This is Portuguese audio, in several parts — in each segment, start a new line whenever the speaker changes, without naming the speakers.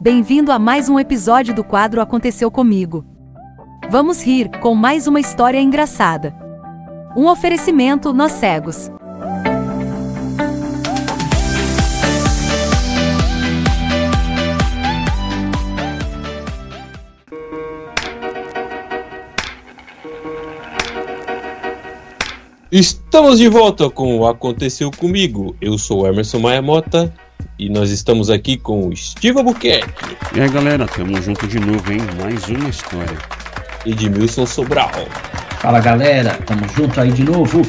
Bem-vindo a mais um episódio do quadro Aconteceu Comigo. Vamos rir com mais uma história engraçada. Um oferecimento Nós Cegos.
Estamos de volta com o Aconteceu Comigo. Eu sou o Emerson Maia Mota e nós estamos aqui com o Steve Albuquerque
E aí galera, tamo junto de novo, hein? Mais uma história.
e Edmilson Sobral,
Fala galera, tamo junto aí de novo.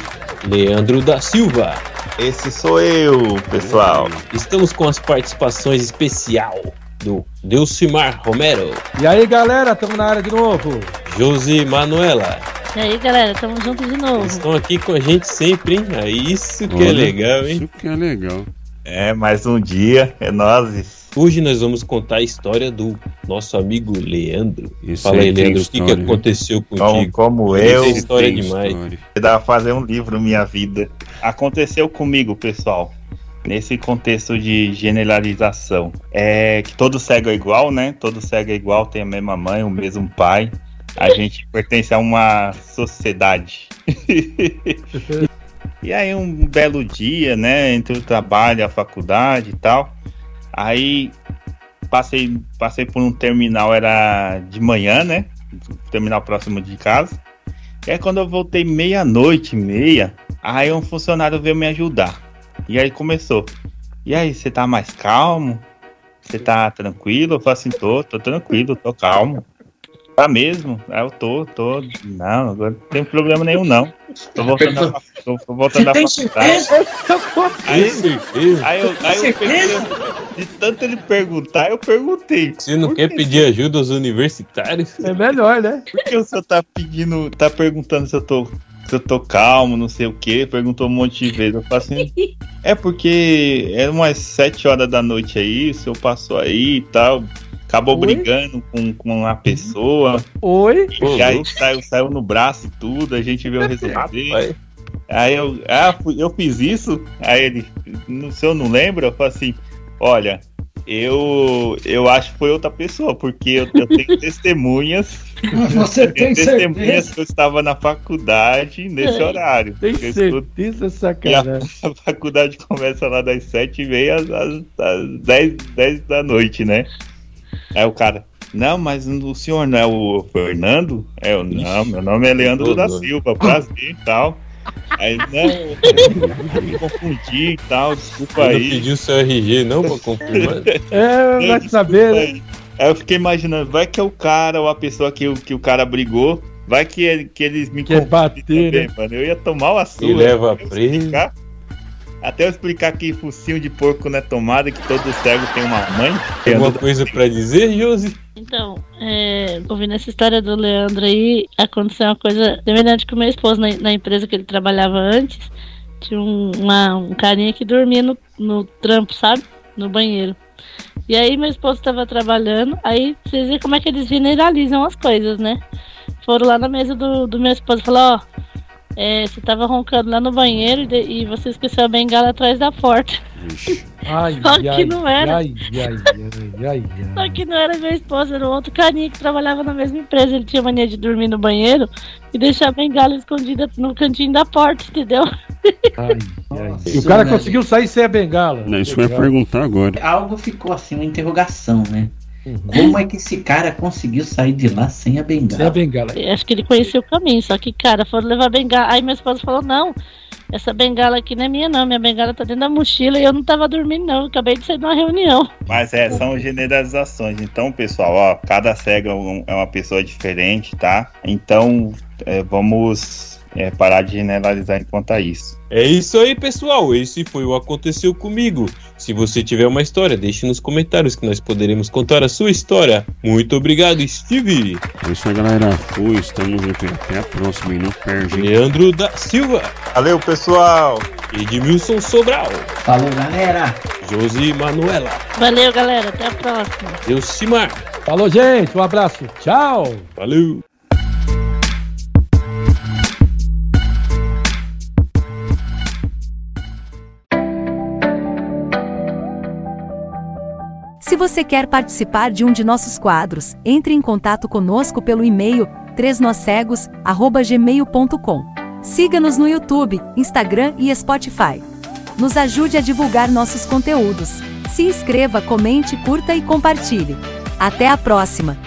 Leandro da Silva. Hum,
Esse sou eu, pessoal.
Estamos com as participações especial do Delcimar Romero,
E aí galera, tamo na área de novo.
Josi Manuela.
E aí, galera, tamo junto de
Eles
novo.
estão aqui com a gente sempre, hein? É isso que é
Olha,
legal, hein?
Isso que é legal.
É, mais um dia, é nós.
Hoje nós vamos contar a história do nosso amigo Leandro.
Isso
Fala aí,
tem
Leandro, o que, que
história.
aconteceu
Como,
contigo?
como eu,
Esse- história é
Tem
demais.
história.
dá pra fazer um livro minha vida. Aconteceu comigo, pessoal. Nesse contexto de generalização. É que todo cego é igual, né? Todo cego é igual, tem a mesma mãe, o mesmo pai. A gente pertence a uma sociedade. E aí um belo dia, né, entre o trabalho, a faculdade e tal. Aí passei passei por um terminal era de manhã, né? Terminal próximo de casa. E aí É quando eu voltei meia-noite, e meia, aí um funcionário veio me ajudar. E aí começou. E aí, você tá mais calmo? Você tá tranquilo? Eu falei assim, tô, tô tranquilo, tô calmo. Tá mesmo? Aí eu tô, tô. Não, agora não tem problema nenhum, não. Tô voltando da, fa- tô, tô voltando da faculdade.
Tem certeza?
Aí eu, aí eu peguei, de tanto ele perguntar, eu perguntei.
Você não
Por
quer
que-
pedir ajuda aos universitários?
É melhor, né?
Por que o senhor tá pedindo, tá perguntando se eu tô, se eu tô calmo, não sei o quê? Perguntou um monte de vezes. Eu falo assim, é porque é umas sete horas da noite aí, o senhor passou aí e tal. Acabou
Oi?
brigando com, com uma pessoa,
Oi.
Ô,
e aí
louco.
saiu, saiu no braço e tudo, a gente veio resolver.
Rapaz,
Aí eu, ah, fui- eu fiz isso? Aí ele, não sei, eu não lembro. Eu falei assim: olha, eu, eu acho que foi outra pessoa, porque eu, eu tenho testemunhas.
Você
Tenho
tem
é
testemunhas
certeza?
que eu estava na faculdade nesse
É.
horário.
Tem
Eu estudo-
certeza, sacanagem.
a faculdade começa lá das sete e meia às, às, às 10, 10 da noite, né? Aí o cara, não, mas o senhor não é o Fernando? É, eu, não, meu nome é Leandro da
doido.
Silva, prazer e tal. Aí, não, me confundi e tal, desculpa
eu não
aí.
pediu seu RG não pra confirmar?
É, vai
Desculpa
te saber, né?
aí. Aí eu fiquei imaginando, vai que é o cara ou a pessoa que, o- que o cara brigou, vai que, ele- que eles me
Quer
confundem
bater,
também,
né?
mano. Eu ia tomar uma surra.
E leva
Eu
preso.
explicar- Até eu explicar que focinho de porco não é tomada, que todo cego tem uma mãe.
Tem alguma coisa pra dizer, Josi?
Então, é, ouvindo essa história do Leandro aí, aconteceu uma coisa semelhante com meu esposo na, na empresa que ele trabalhava antes. Tinha um, uma- um carinha que dormia no, no trampo, sabe? No banheiro. E aí meu esposo tava trabalhando, aí vocês veem como é que eles generalizam as coisas, né? Foram lá na mesa do, do meu esposo e falaram, ó, é, você tava roncando lá no banheiro e, de- e você esqueceu a bengala atrás da porta.
Vixe.
Ai,
Só que não era.
Ai, ai, ai, ai,
Só
ai.
que não era meu esposo, era um outro carinha que trabalhava na mesma empresa. Ele tinha mania de dormir no banheiro e deixar a bengala escondida no cantinho da porta, entendeu?
ai, ai.
Nossa,
E o cara
né?
conseguiu sair sem a bengala.
Não, isso eu ia
Legal.
perguntar agora.
Algo ficou assim, uma interrogação, né?
Uhum.
Como é que esse cara conseguiu sair de lá sem a
Sem a
bengala?
bengala.
Eu Acho que ele conhecia o caminho, só que, cara, foram levar a bengala. Aí meu esposo falou: não, essa bengala aqui não é minha, não. Minha bengala tá dentro da mochila e eu não tava dormindo, não. Eu acabei de sair de uma reunião.
Mas é, são generalizações. Então, pessoal, ó, cada cego é um- é uma pessoa diferente, tá? Então, é, vamos é, parar de generalizar enquanto a isso.
É isso aí, pessoal. Esse foi o Aconteceu Comigo. Se você tiver uma história, deixe nos comentários que nós poderemos contar a sua história. Muito obrigado, Steve.
É isso aí, galera. Fui, estamos aqui. Até a próxima e não perde, hein?
Leandro da Silva.
Valeu, pessoal!
Edmilson Sobral.
Falou, galera!
Josi Manuela.
Valeu, galera. Até a próxima.
Elcimar.
Falou, gente. Um abraço. Tchau.
Valeu.
Se você quer participar de um de nossos quadros, entre em contato conosco pelo e-mail 3nocegos@gmail.com. Siga-nos no YouTube, Instagram e Spotify. Nos ajude a divulgar nossos conteúdos. Se inscreva, comente, curta e compartilhe. Até a próxima!